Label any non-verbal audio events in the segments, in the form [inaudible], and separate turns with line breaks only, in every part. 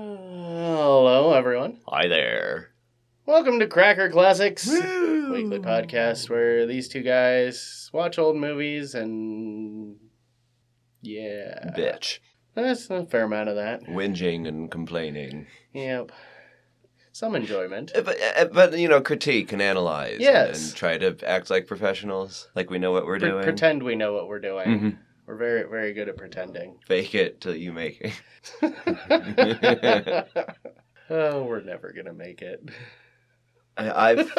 Hello, everyone.
Hi there.
Welcome to Cracker Classics,
Weekly
weekly podcast where these two guys watch old movies and. Yeah.
Bitch.
That's a fair amount of that.
Whinging and complaining.
Yep. Some enjoyment.
Uh, But, uh, but, you know, critique and analyze. and-
Yes.
And, try to act like professionals, like we know what we're
Pre-
doing.
pretend we know what we're doing.
Mhm.
We're very, very good at
[laughs]
pretending. [laughs]
Fake it till you make it. [laughs]
oh, we're never going to make it. [laughs]
I, I've.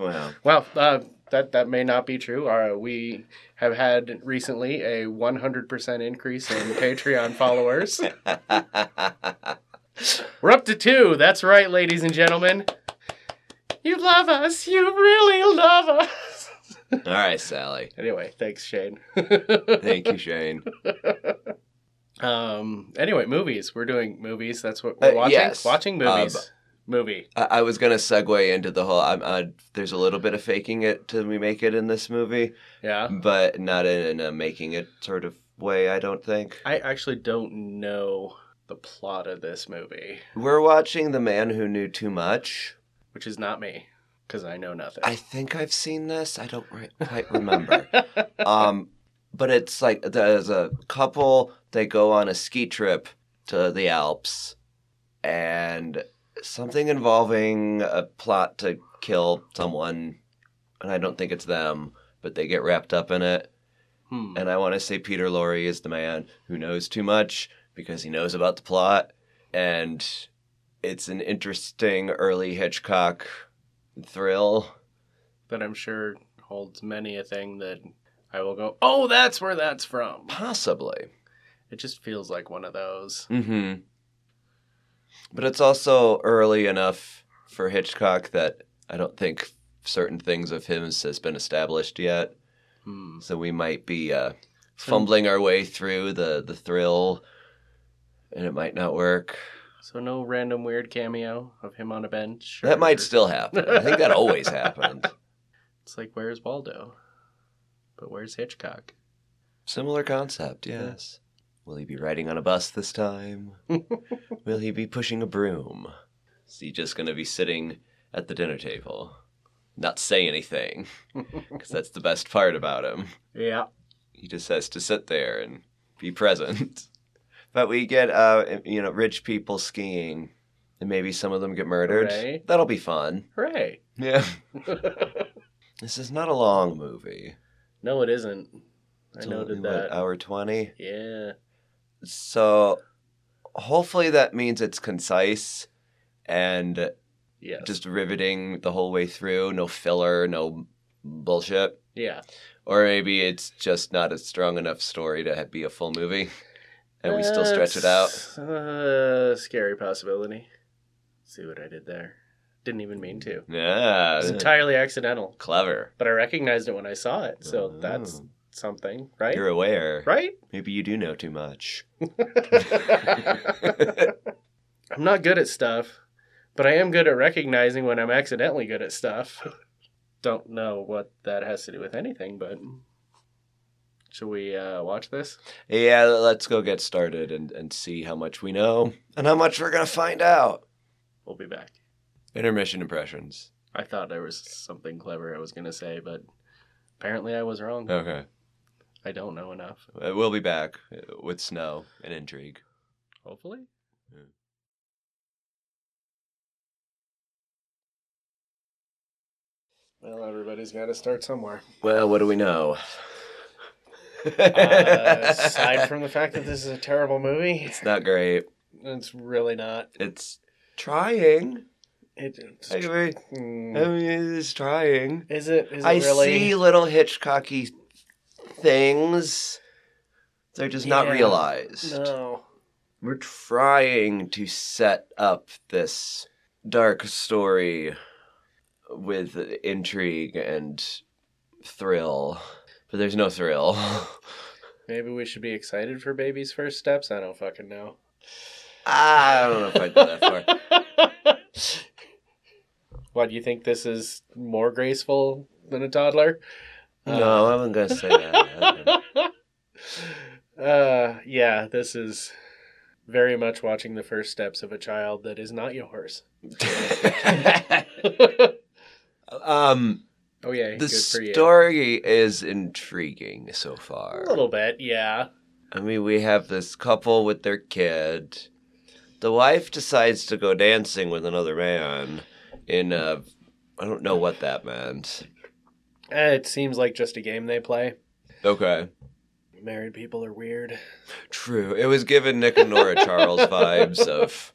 Well, [laughs]
Well, uh, that that may not be true. Uh, we have had recently a 100% increase in
[laughs]
Patreon followers. We're up to two. That's right, ladies and gentlemen. You love us. You really love us. [laughs]
all right, Sally.
Anyway, thanks, Shane. [laughs]
Thank you, Shane.
Um. Anyway, movies. We're doing movies. That's what we're
Uh,
watching.
yes.
Watching movies.
Um,
Movie.
I, I was gonna segue into the whole. I'm. Uh, there's a little bit of faking it till we make it in this movie,
Yeah.
but not in a making it sort of way. I don't think.
I actually don't know the plot of this movie,
We're watching The Man Who Knew Too Much.
which is not me because I know nothing.
I think I've seen this. I don't ri- quite remember. um, but it's like there's a couple, they go on a ski trip to the Alps and something involving a plot to kill someone. And I don't think it's them, but they get wrapped up in it.
Hmm.
And I want to say Peter Lorre is the man who knows too much because he knows about the plot. And it's an interesting early Hitchcock thrill.
that I'm sure holds many a thing that I will go, oh, that's where that's from.
Possibly.
It just feels like one of those.
Mm-hmm. But it's also early enough for Hitchcock that I don't think certain things of his has been established yet.
Hmm.
So we might be uh, fumbling our way through the, the thrill and it might not work.
So no random weird cameo of him on a bench. or-
That might still happen. I think that always happens.
It's like where's Waldo, but where's Hitchcock?
Similar concept,
Yeah.
yes. Will he be riding on a bus this [laughs] time? Will he be pushing a broom? Is he just going to be sitting at the dinner table, not say [laughs] anything? Because that's the best part about him.
Yeah.
He just has to sit there and be present. [laughs] But we get, uh, you know, rich people skiing, and maybe some of them get murdered.
Right.
That'll be fun.
Hooray! [laughs]
Yeah. this is not a long movie.
no, it isn't. I
It's
noted
only, what,
that.
hour twenty.
yeah.
So hopefully that means it's concise and
Yes.
just riveting the whole way through, no filler, no bullshit.
yeah.
Or maybe it's just not a strong enough story to be a full movie [laughs] and we still stretch it out.
That's, Uh, scary possibility. See what I did there? Didn't even mean to. It
Yeah.
was entirely accidental.
clever.
but I recognized it when I saw it, so that's
Oh.
something, right?
You're aware.
Right? [laughs]
Maybe you do know too much. [laughs]
I'm not good at stuff, but I am good at recognizing when I'm accidentally good at stuff. [laughs] Don't know what that has to do with anything, but should we uh, watch this?
Yeah, let's go get started and, and see how much we know and how much we're going to find out.
We'll be back.
Intermission impressions.
I thought there was something clever I was going to say, but apparently I was wrong.
Okay.
I don't know enough.
Uh, We'll be back uh, with snow and intrigue.
Hopefully. Well, everybody's got to start somewhere.
Well, what do we know?
[laughs] Uh,
[laughs]
[laughs] aside from the fact that this is a terrible movie,
it's not great.
it's really not.
It's trying.
It, it's,
I mean, I
Hmm.
mean, it's trying.
is it? Is it
I
really?
see little Hitchcocky things. They're just not
Yeah.
realized.
No.
We're trying to set up this dark story with intrigue and thrill, but there's no thrill. [laughs]
Maybe we should be excited for Baby's first steps. I don't fucking know.
Ah, I don't know if I'd go that
[laughs]
far.
What do you think? This is more graceful than a toddler.
No, I wasn't
[laughs]
gonna say that.
uh, yeah, this is very much watching the first steps of a child that is not [laughs]
[laughs]
Oh, yours. [laughs]
um,
oh yeah,
the
good for you.
story is intriguing so far.
A little bit, yeah.
I mean, we have this couple with their kid. The wife decides to go dancing with another man in a. I don't know what that meant.
Eh, It seems like just a game they play.
Okay.
Married people are weird.
True. It was given Nick and Nora Charles vibes of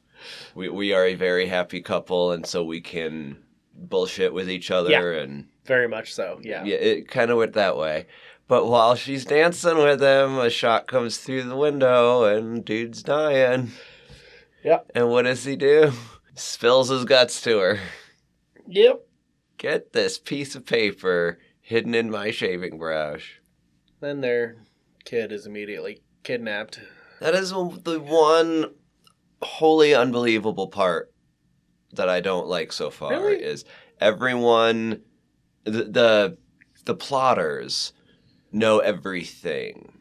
we, we are a very happy couple, and so we can bullshit with each other.
Yeah.
And
Very much so, yeah.
yeah, it kind of went that way. But while she's dancing with him, a shot comes through the window, and dude's dying.
Yeah.
And what does he do? Spills his guts to her.
Yep.
Get this piece of paper hidden in my shaving brush.
Then their kid is immediately kidnapped.
That is the one wholly unbelievable part that I don't like so far
Really?
is everyone the, the the plotters know everything.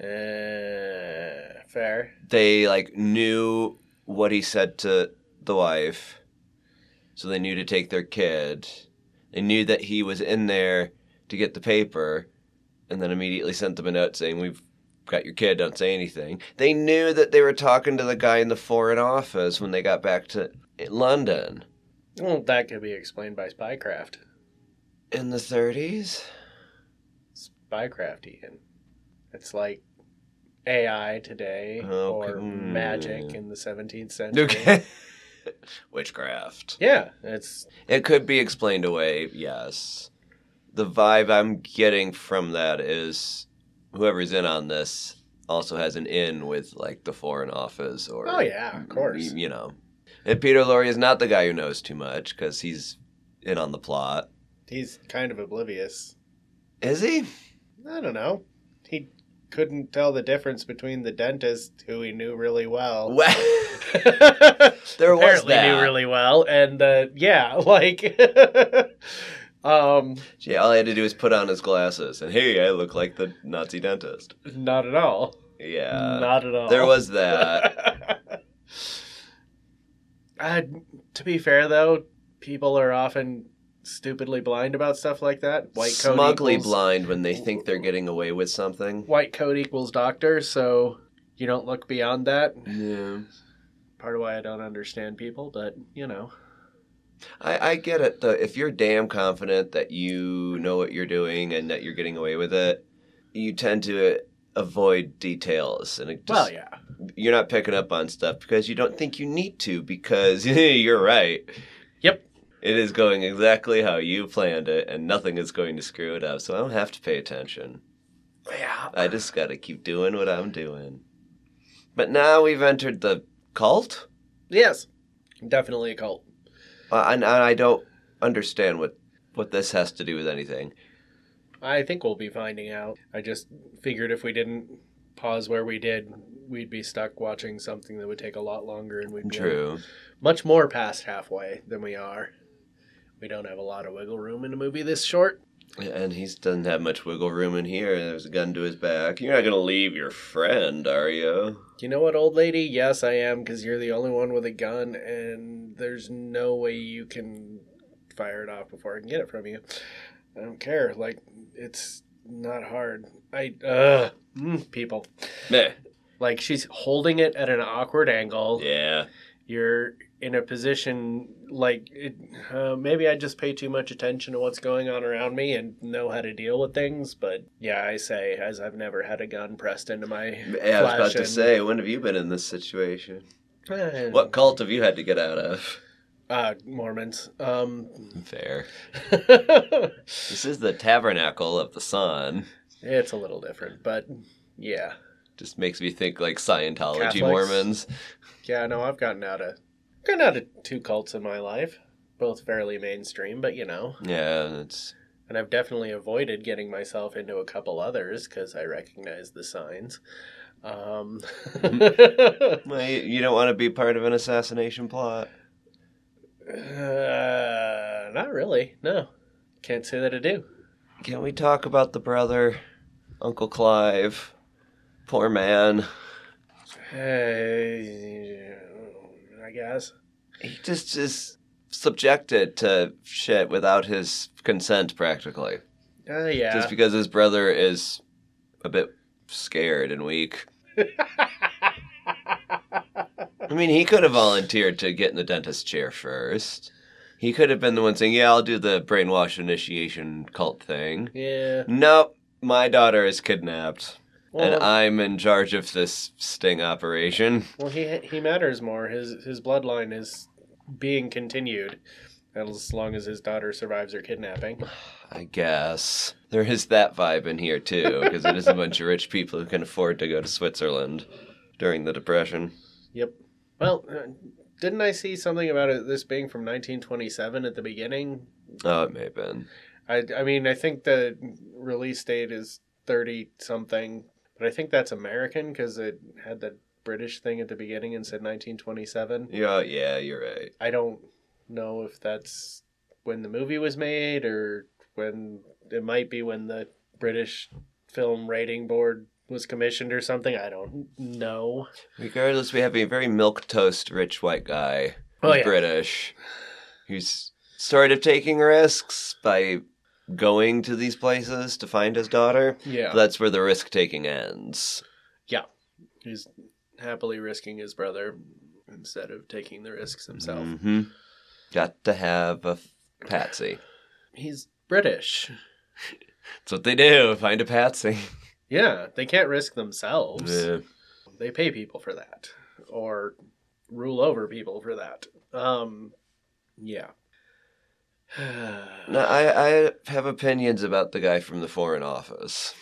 Uh, fair.
They like knew what he said to the wife. So they knew to take their kid. They knew that he was in there to get the paper and then immediately sent them a note saying we've got your kid, don't say anything. They knew that they were talking to the guy in the foreign office when they got back to London
Well, that could be explained by spycraft.
in the 30s.
Spycraft, Ian. It's like AI today
Oh,
or
okay. Mm.
magic in the 17th century.
Okay. [laughs] Witchcraft.
Yeah, it's
It could be explained away, yes. The vibe I'm getting from that is whoever's in on this also has an in with like the Foreign Office or
Oh, yeah, of course.
y- you know. And Peter Lorre is not the guy who knows too much because he's in on the plot,
he's kind of oblivious.
is he? [laughs]
I don't know. He couldn't tell the difference between the dentist who he knew really well. [laughs]
Well, [laughs] there was
Apparently
that.
knew really well and uh, yeah, [laughs] like um
yeah, all he had to do was put on his glasses, and hey, I look like the Nazi dentist.
not at all.
Yeah,
not at all.
there was that.
uh, to be fair, though, people are often stupidly blind about stuff like that. [laughs] White coat
smugly
equals,
blind when they think they're getting away with something.
White coat equals doctor, so you don't look beyond that.
Yeah.
Part of why I don't understand people, but you know,
I, I get it though. If you're damn confident that you know what you're doing and that you're getting away with it, you tend to avoid details and it
well,
just,
yeah,
you're not picking up on stuff because you don't think you need to because [laughs] you're right.
Yep.
It is going exactly how you planned it and nothing is going to screw it up. So I don't have to pay attention.
yeah,
I just got to keep doing what I'm doing. But now we've entered the cult.
yes, definitely a cult.
Uh, and, and I don't understand what what this has to do with anything.
I think we'll be finding out. I just figured if we didn't pause where we did, we'd be stuck watching something that would take a lot longer, and we'd be
True.
much more past halfway than we are. We don't have a lot of wiggle room in a movie this short.
And he doesn't have much wiggle room in here. and There's a gun to his back. You're not gonna leave your friend, are you?
You know what, old lady? Yes, I am, because you're the only one with a gun, and there's no way you can fire it off before I can get it from you. I don't care. Like, it's not hard. I, uh, mm, people.
Meh.
Like, she's holding it at an awkward angle.
Yeah.
You're in a position like, it, uh, maybe I just pay too much attention to what's going on around me and know how to deal with things. But yeah, I say, as I've never had a gun pressed into my.
Yeah, I was about
Flashing.
to say, when have you been in this situation?
Eh,
What cult have you had to get out of?
uh, Mormons. Um,
[laughs] Fair.
it's
This is the tabernacle of the sun.
a little different, but yeah,
Just makes me think like Scientology
Catholics.
Mormons.
yeah. No, I've gotten out of gotten out of two cults in my life, both fairly mainstream, but you know,
Yeah, it's
and I've definitely avoided getting myself into a couple others because I recognize the signs. Um, [laughs]
well, you, you don't want to be part of an assassination plot.
uh, not really. No, can't say that I do.
Can we talk about the brother, Uncle Clive? Poor man.
Uh, I guess.
He just is subjected to shit without his consent, practically.
Uh, yeah.
Just because his brother is a bit scared and weak. I mean, he could have volunteered to get in the dentist chair first. He could have been the one saying, Yeah, I'll do the brainwash initiation cult thing.
[laughs] yeah.
Nope, my daughter is kidnapped, and uh,
Well,
I'm in charge of this sting operation.
well, he he matters more. His his bloodline is being continued, as long as his daughter survives her kidnapping.
I guess. There is that vibe in here, too, because it is a bunch of rich people who can afford to go to Switzerland during the Depression.
Yep. Well, uh, didn't I see something about it, this being from 1927 at the beginning?
Oh, it may have been.
I, I mean, I think the release date is 30 something, but I think that's American because it had the British thing at the beginning and said 1927.
Yeah, yeah, you're right.
I don't know if that's when the movie was made or when it might be when the British Film Rating Board was commissioned or something. I don't know.
Regardless, we have a very milk toast rich white guy who's
Oh, yeah.
British, who's sort of taking risks by going to these places to find his daughter.
Yeah.
That's where the risk taking ends.
He's happily risking his brother instead of taking the risks himself.
hmm Got to have a f- patsy.
He's British.
That's what they do. Find a patsy.
Yeah, they can't risk themselves.
Yeah.
They pay people for that or rule over people for that. Um yeah. [sighs]
No, I, I have opinions about the guy from the Foreign Office.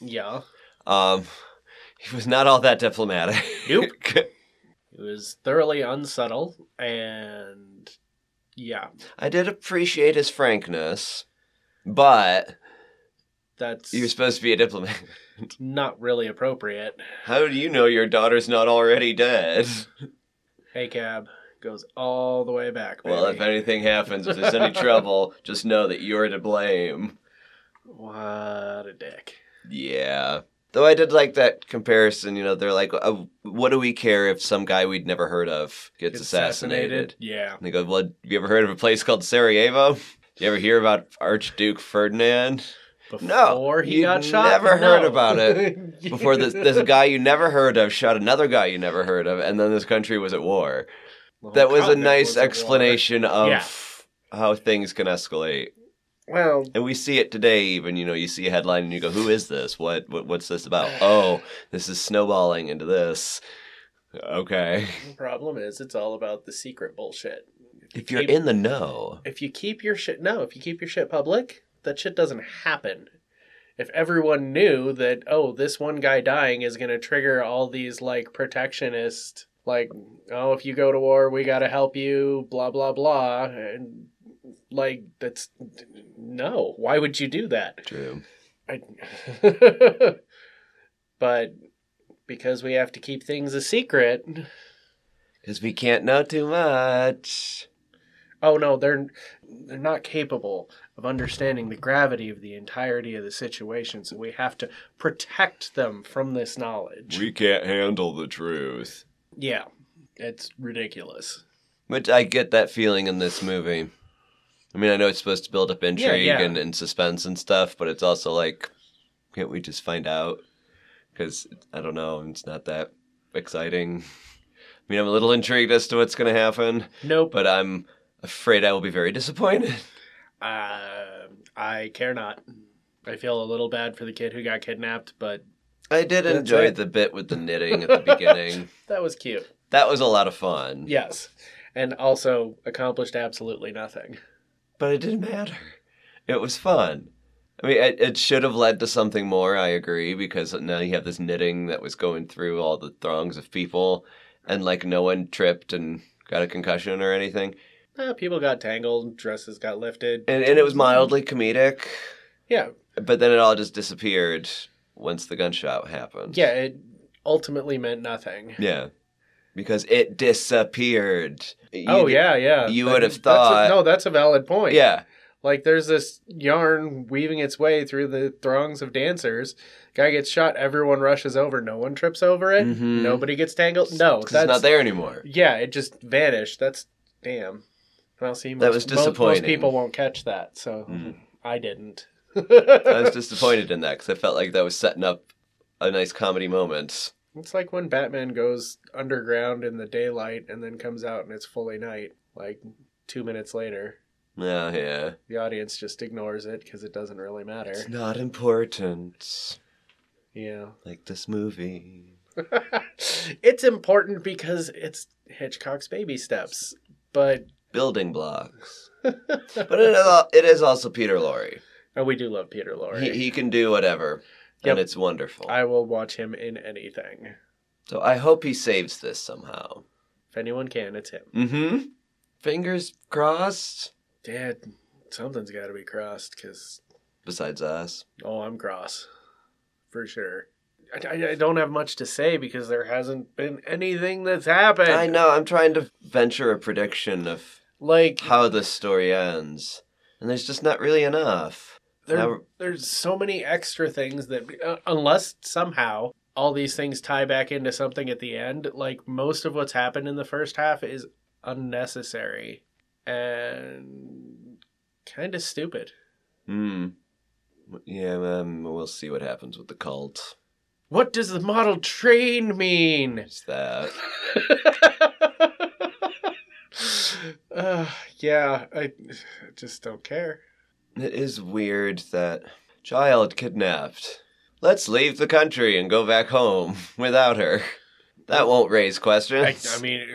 yeah.
Um, [laughs] he was not all that diplomatic. [laughs]
Nope. It was thoroughly unsubtle and yeah,
I did appreciate his frankness, but
that's
you're supposed to be a diplomat. [laughs]
not really appropriate.
How do you know your daughter's not already dead?
Hey cab goes all the way back.
Well, if
baby.
anything happens, if there's any trouble, [laughs] just know that you're to blame.
what a dick.
Yeah. Though I did like that comparison, you know, they're like, uh, what do we care if some guy we'd never heard of gets assassinated?
Yeah.
And they go, well, you ever heard of a place called Sarajevo? You ever hear about
[laughs]
Archduke Ferdinand? No,
Before he
you'd
got shot.
never heard
No. [laughs]
about it before this, this guy you never heard of shot another guy you never heard of, and then this country was at war.
The whole
That was a
continent
nice
was at war.
explanation of
Yeah.
how things can escalate,
Well,
and we see it today. Even you know, you see a headline and you go, "Who is this? What, what what's
[sighs]
this about? Oh, this is snowballing into this." Okay,
the problem is it's all about the secret bullshit.
if you're in the know,
If you keep your shit, no, if you keep your shit public, that shit doesn't happen. If everyone knew that, oh, this one guy dying is going to trigger all these like protectionist, like, oh, if you go to war, we got to help you, blah, blah, blah. And like, that's no. Why would you do that?
true.
I, [laughs] but because we have to keep things a secret.
Because we can't know too much.
Oh no, they're they're not capable of understanding the gravity of the entirety of the situation, so we have to protect them from this knowledge.
can't handle the truth.
yeah, it's ridiculous.
Which I get that feeling in this movie. I mean, I know it's supposed to build up intrigue
yeah.
And, and suspense and stuff, but it's also like, can't we just find out? Because I don't know, it's not that exciting. [laughs] I mean, I'm a little intrigued as to what's going to happen,
Nope.
but I'm afraid I will be very disappointed. [laughs]
Uh, I care not. I feel a little bad for the kid who got kidnapped, but
I did
That's
enjoy
right.
the bit with the knitting at the
[laughs]
beginning.
that was cute.
That was a lot of fun.
Yes, and also accomplished absolutely nothing.
but it didn't matter. It was fun. I mean, it, it should have led to something more. I agree because now you have this knitting that was going through all the throngs of people, and like no one tripped and got a concussion or anything,
Uh, people got tangled, dresses got lifted.
and and it was mildly comedic.
Yeah,
But then it all just disappeared once the gunshot happened.
yeah, it ultimately meant nothing.
yeah, because it disappeared. You
oh
di-
yeah, yeah.
you
That-
would have
that's a-
thought-
no, that's a valid point.
yeah.
Like there's this yarn weaving its way through the throngs of dancers. Guy gets shot, everyone rushes over, no one trips over it,
Mhm.
nobody gets tangled. No,
'Cause
that's
it's not there anymore.
Yeah, it just vanished. That's damn. Well, see, most,
That was
mo- Most,
disappointing.
people won't catch that, so
Mm.
I didn't.
I
[laughs]
was disappointed in that because I felt like that was setting up a nice comedy moment.
It's like when Batman goes underground in the daylight and then comes out and it's fully night, like two minutes later.
Yeah, Oh, yeah.
The audience just ignores it because it doesn't really matter.
It's not important.
Yeah. [laughs]
Like this movie.
it's important because it's Hitchcock's baby steps, but [laughs]
Building blocks. but it is, al- it is also Peter Lorre.
oh, we do love Peter Lorre.
He, he can do whatever,
Yep.
and it's wonderful.
I will watch him in anything.
so I hope he saves this somehow.
If anyone can, it's him.
Mm hmm. Fingers crossed.
Dad, something's got to be crossed because,
Besides us.
oh, I'm cross. For sure. I, I- I don't have much to say because there hasn't been anything that's happened.
I know, I'm trying to venture a prediction of
Like,
how this story ends, and there's just not really enough.
there,
Now-
there's so many extra things that, uh, unless somehow all these things tie back into something at the end, like most of what's happened in the first half is unnecessary and kind of stupid.
Hmm. Yeah, um, we'll see what happens with the cult.
What does the model train mean? [laughs]
It's that.
uh, yeah, I just don't care.
It is weird that child kidnapped. Let's leave the country and go back home [laughs] without her. That won't raise
I,
questions.
I mean,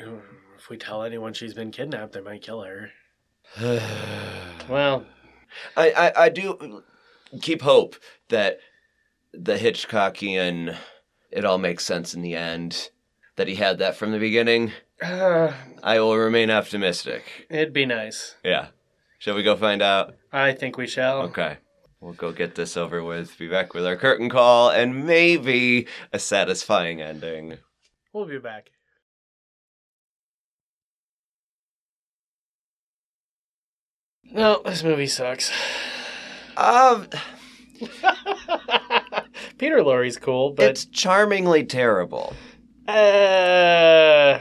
if we tell anyone she's been kidnapped, they might kill her.
I,
Well,
[sighs] I, I do keep hope that the Hitchcockian it all makes sense in the end. That he had that from the beginning.
uh,
I will remain optimistic.
it'd be nice.
Yeah. Shall we go find out?
I think we shall.
Okay. We'll go get this over with, be back with our curtain call, and maybe a satisfying ending.
We'll be back. No, this movie sucks. [laughs]
Um,
Peter Lorre's cool, but
it's charmingly terrible.
uh,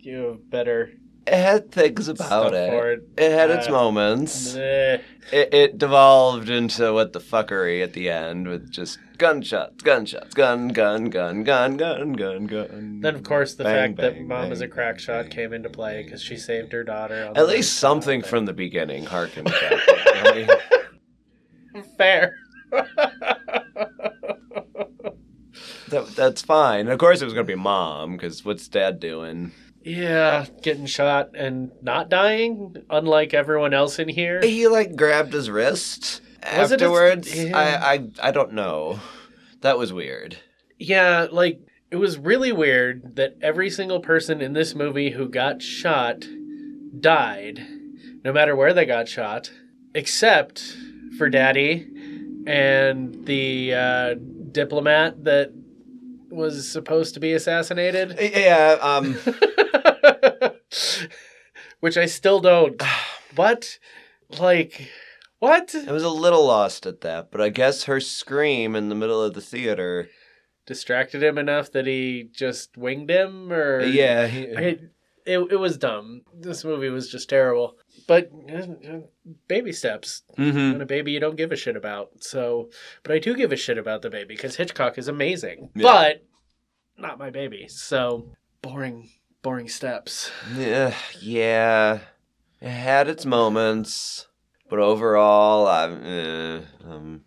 you have better
It had things
stuff
about
for Eh.
it.
it.
It had its
Uh,
moments.
Meh.
It, it devolved into what the fuckery at the end with just gunshots, gunshots, gun, gun, gun, gun, gun, gun, gun.
Then, of course, the
Bang,
fact that
bang,
mom is a
bang,
crack
bang,
shot
bang.
came into play because she saved her daughter. on
At
the
least
rooftop
something
and-
from the beginning harkens [laughs] back. I mean, [laughs]
fair. [laughs]
That, that's fine. Of course, it was going to be mom because what's dad doing?
yeah, getting shot and not dying, unlike everyone else in here.
He like grabbed his wrist
Was it his-
afterwards.
Yeah.
I, I I don't know. That was weird.
Yeah, like it was really weird that every single person in this movie who got shot died, no matter where they got shot, except for Daddy and the uh, diplomat that was supposed to be assassinated.
[laughs]
[laughs]
Yeah. Um.
Which I still don't. What? Like, what?
I was a little lost at that, but I guess her scream in the middle of the theater.
Distracted him enough that he just winged him, or
Yeah. he-
it, it it was dumb. This movie was just terrible. But uh, uh, baby steps
Mhm.
and a baby you don't give a shit about. So, but I do give a shit about the baby because Hitchcock is amazing.
Yeah.
But not my baby. So boring, boring steps.
Yeah. Yeah. It had its moments, but overall, I'm. eh, um.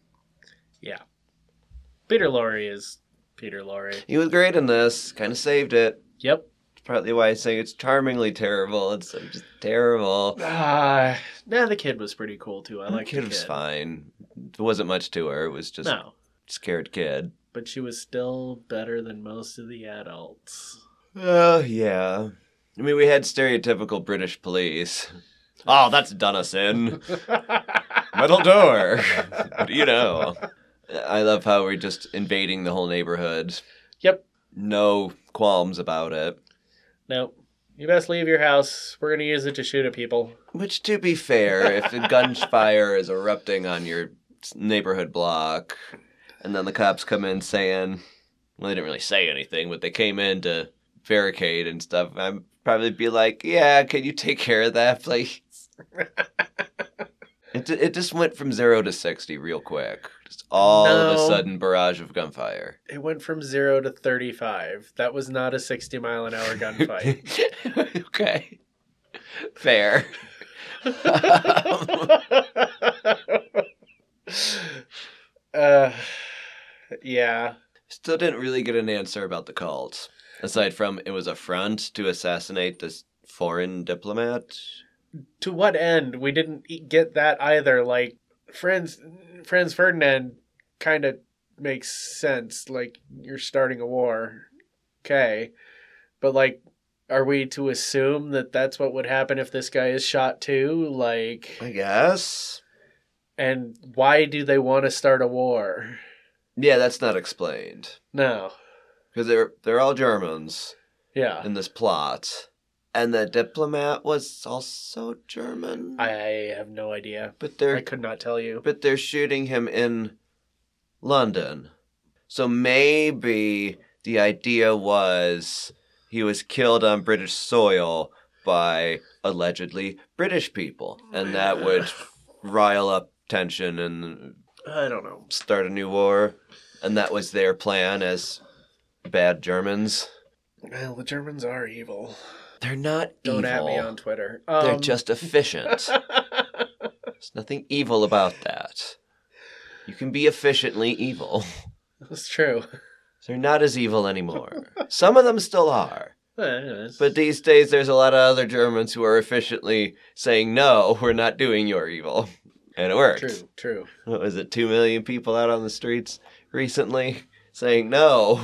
Peter Lorre is Peter Lorre.
He was great in this. Kind of saved it.
Yep.
Partly why I say it's charmingly terrible. It's like, just terrible.
Uh, nah, the kid was pretty cool too. I
My
like
kid
the
was
kid.
fine. There wasn't much to her. It was just
No,
scared kid.
but she was still better than most of the adults.
Oh yeah. I mean, we had stereotypical British [laughs] police. Oh, that's done us in. Metal [laughs] door. what do you know? I love how we're just invading the whole neighborhood.
Yep. [laughs]
No qualms about it.
No, You best leave your house. We're going to use it to shoot at people.
Which, to be fair, if a gunfire is erupting on your neighborhood block, and then the cops come in saying, well, they didn't really say anything, but they came in to barricade and stuff, I'd probably be like, yeah, can you take care of that, [laughs] please? it, it just went from zero to 60 real quick. Just all of
No.
a sudden, barrage of gunfire.
It went from zero to 35. That was not a 60 mile an [laughs] hour gunfight.
[laughs] okay. Fair.
uh, yeah.
Still didn't really get an answer about the cult, aside from it was a front to assassinate this foreign diplomat.
To what end? We didn't e- get that either. Like, friends, Franz Ferdinand kind of makes sense. Like, you're starting a war. Okay. But, like, are we to assume that that's what would happen if this guy is shot too? Like,
I guess.
and why do they want to start a war?
Yeah, that's not explained
No.
because they're they're all Germans
Yeah.
in this plot, and the diplomat was also German.
I have no idea.
but
I
they're
could not tell you.
but they're shooting him in London, so maybe the idea was he was killed on British soil by allegedly British people, and that would rile up tension and
[sighs] I don't know.
start a new war, and that was their plan as bad Germans.
Well, the Germans are evil.
They're not
Don't
evil.
at me on Twitter.
They're
Um, [laughs]
just efficient. There's nothing evil about that. You can be efficiently evil.
That's true.
They're not as evil anymore. Some of them still are.
But
But these days, there's a lot of other Germans who are efficiently saying, no, we're not doing your evil. And it worked.
true, true.
What was it, 2 million people out on the streets recently
[laughs]
saying, no,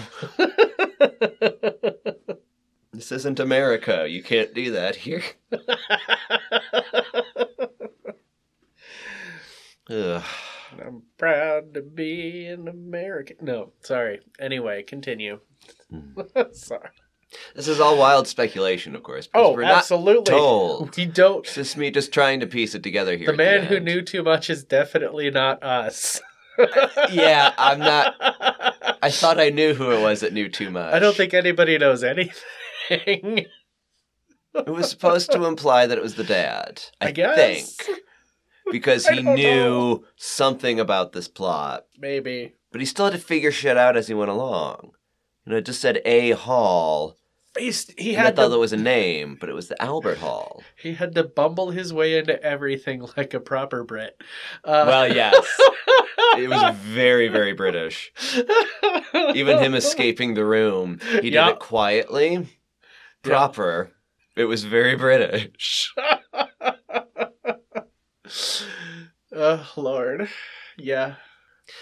this isn't America. You can't do that here. Ugh.
I'm proud to be an American. No, sorry. Anyway, continue.
Hmm.
[laughs] sorry.
This is all wild speculation, of course. because
Oh, absolutely.
not told.
We don't.
It's just me just trying to piece it together here.
The
at
man who
end.
knew too much is definitely not us.
[laughs] Yeah,
[laughs]
I'm not. I thought I knew who it was that knew too much.
I don't think anybody knows anything.
it was supposed to imply that it was the dad. I,
I, guess.
think because
I
he
don't
knew
know.
something about this plot,
Maybe.
but he still had to figure shit out as he went along. You know, it just said A Hall.
He's, he
and I
had
thought
to
that was a name, but it was the Albert Hall.
He had to bumble his way into everything like a proper Brit. Uh, [laughs]
well, yes, it was very, very British.
[laughs]
Even him escaping the room, he
Yeah.
did it quietly, proper. It was very British.
[laughs] Oh Lord, yeah.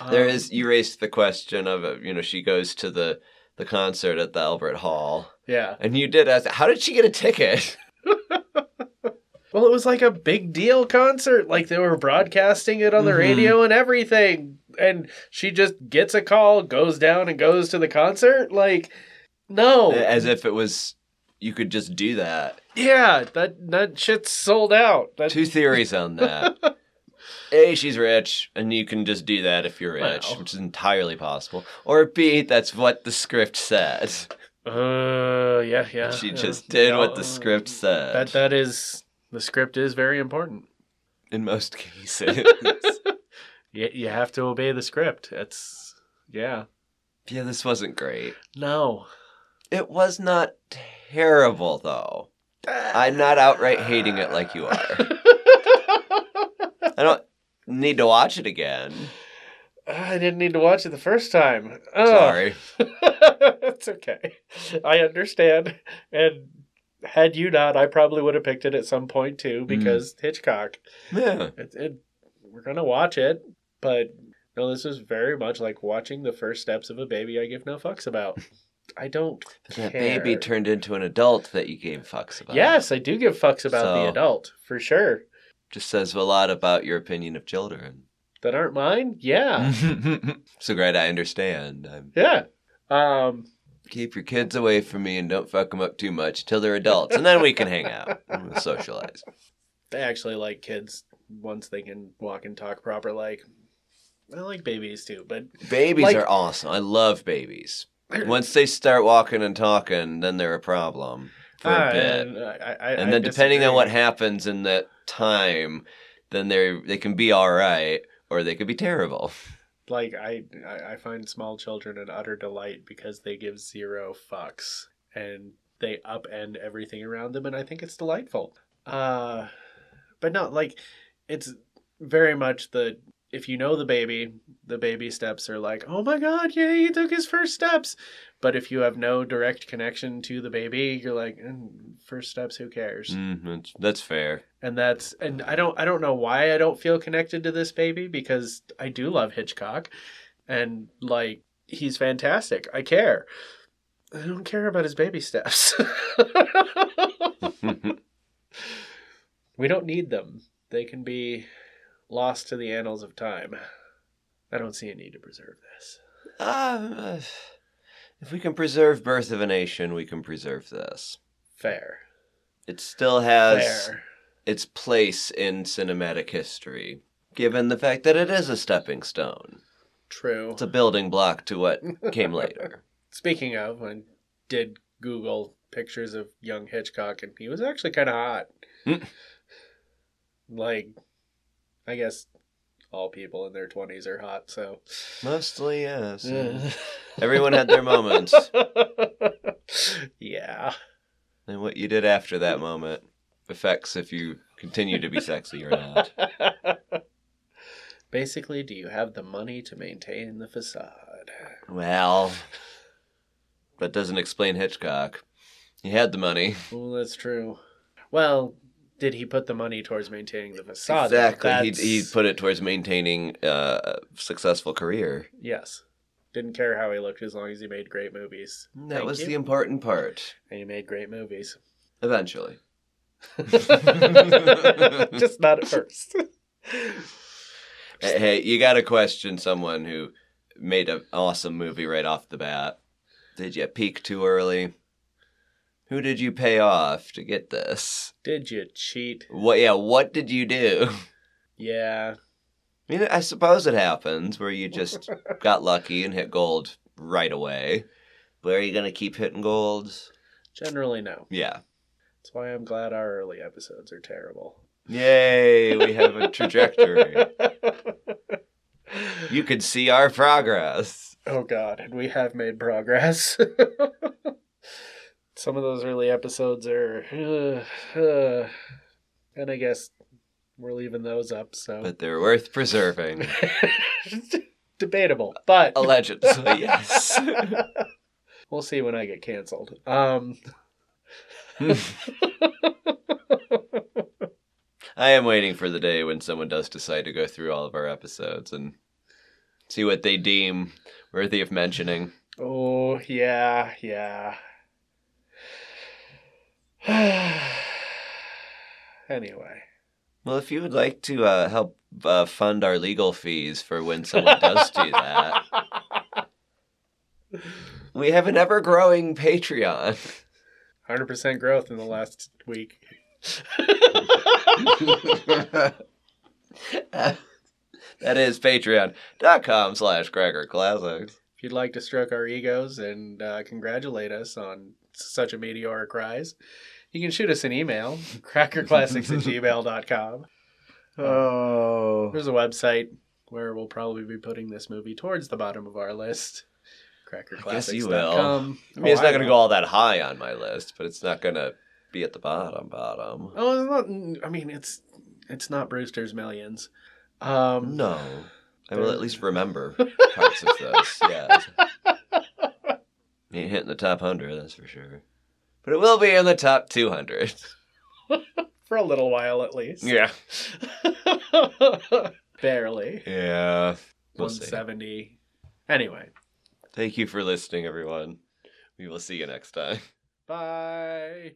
there
Um,
is you raised the question of uh, you know she goes to the the concert at the Albert Hall,
yeah.
and you did ask how did she get a ticket?
Well, it was like a big deal concert. Like they were broadcasting it on the
Mhm.
radio and everything. And she just gets a call, goes down, and goes to the concert. Like, no,
Uh, As if it was you could just do that.
yeah, that that shit's sold out. That,
Two theories on that.
[laughs]
A, she's rich, and you can just do that if you're rich,
Well.
which is entirely possible. Or B, that's what the script said.
uh, yeah, yeah.
she
yeah.
just did what
Uh,
the script said.
That that is the script is very important.
in most cases. [laughs]
You, you have to obey the script. It's yeah.
yeah, this wasn't great.
No.
It was not terrible though. I'm not outright hating it like you are. I don't need to watch it again.
[laughs] I didn't need to watch it the first time. Oh.
Sorry.
[laughs] it's okay. I understand. And had you not, I probably would have picked it at some point
Mm.
too because Hitchcock.
Yeah.
It, it, we're gonna watch it, but no, this is very much like watching the first steps of a baby I give no fucks about. I don't.
That
care.
baby turned into an adult that you gave fucks about.
Yes, I do give fucks about the
So-
adult for sure.
Just says a lot about your opinion of children.
That aren't
Mm. [laughs]
mine. Yeah,
so great, I understand. I'm
yeah. Um,
keep your kids away from me and don't fuck them up too much till they're adults, and then we can hang out and we'll socialize.
They actually like kids once they can walk and talk proper. Like, I like babies too, but
Babies
Like-
are awesome. I love babies.
They're-
Once they start walking and talking, then they're a problem for a
Ah,
bit.
and I- I-
and
I
then depending on
disagree.
what happens in that time, then they they can be all right or they could be terrible.
like I, I I find small children an utter delight because they give zero fucks and they upend everything around them, and I think it's delightful. Uh, but no, like it's very much the if you know the baby, the baby steps are like, oh my god, yeah, he took his first steps. But if you have no direct connection to the baby, you're like, "Mm, first steps, who cares?
Mm, that's, that's fair. [laughs]
and that's and I don't I don't know why I don't feel connected to this baby because I do love Hitchcock and like he's fantastic. I care. I don't care about his baby steps. [laughs]
Um,
we don't need them. They can be lost to the annals of time. I don't see a need to preserve this.
Uh, if we can preserve Birth of a Nation, we can preserve this.
Fair.
It still has
Fair.
its place in cinematic history, given the fact that it is a stepping stone.
True.
It's a building block to what came later.
Speaking of, I did Google pictures of young Hitchcock, and he was actually kind of hot.
Hmm.
like, I guess all people in their 20s are hot, so.
[laughs] Mostly, yes.
Yeah.
Mm. Everyone had their moments,
[laughs] yeah. [laughs]
and what you did after that moment affects if you continue to be sexy or not.
[laughs] Basically, do you have the money to maintain the facade?
Well, that doesn't explain Hitchcock. He had the money.
Well, that's true. Well, did he put the money towards maintaining the facade?
exactly. He,
That's-
he put it towards maintaining uh, a successful career.
Yes. Didn't care how he looked as long as he made great movies.
That
Thank
was
you.
the important part.
And he made great
[laughs]
movies. [laughs]
Eventually.
Just not at first. [laughs]
Hey, hey, you got to question someone who made an awesome movie right off the bat. Did you peak too early? Who did you pay off to get this?
Did you cheat?
What? Yeah, what did you do? [laughs]
Yeah.
I mean, I suppose it happens where you just got lucky and hit gold right away. But are you gonna keep hitting golds?
Generally, no.
Yeah.
That's why I'm glad our early episodes are terrible.
Yay! We have
[laughs]
a trajectory. you can see our progress.
oh, God. And we have made progress. [laughs] Some of those early episodes are. [sighs] uh, uh, and I guess we're leaving those up, so.
But they're worth preserving.
[laughs] Debatable, but [laughs]
Allegedly, Oh, yes.
we'll see when I get canceled. Um,
I am waiting for the day when someone does decide to go through all of our episodes and see what they deem worthy of mentioning.
oh yeah, yeah. [sighs] anyway,
Well, if you would like to uh, help uh, fund our legal fees for when someone does do [laughs] that, we have an ever growing [laughs] Patreon.
[laughs] hundred percent growth in the last week.
that is patreon.com slash Gregor Classics.
If you'd like to stroke our egos and uh, congratulate us on such a meteoric rise, you can shoot us an email, [laughs] crackerclassics at
[laughs]
gmail.com.
Oh.
Um, There's a website where we'll probably be putting this movie towards the bottom of our list.
I guess you
Crackerclassics.com.
I mean, it's
Oh,
not going to
will.
go all that high on my list, but it's not going to be at the bottom, bottom.
Oh, it's not. I mean, it's it's not Brewster's Millions. Um,
No. I will at least remember parts of this. Yeah. Ain't hitting the top 100, that's for sure. But it will be in the top 200.
for a little while at least.
Yeah.
[laughs] Barely.
Yeah. We'll see.
170. Anyway,
Thank you for listening, everyone. We will see you next time.
bye.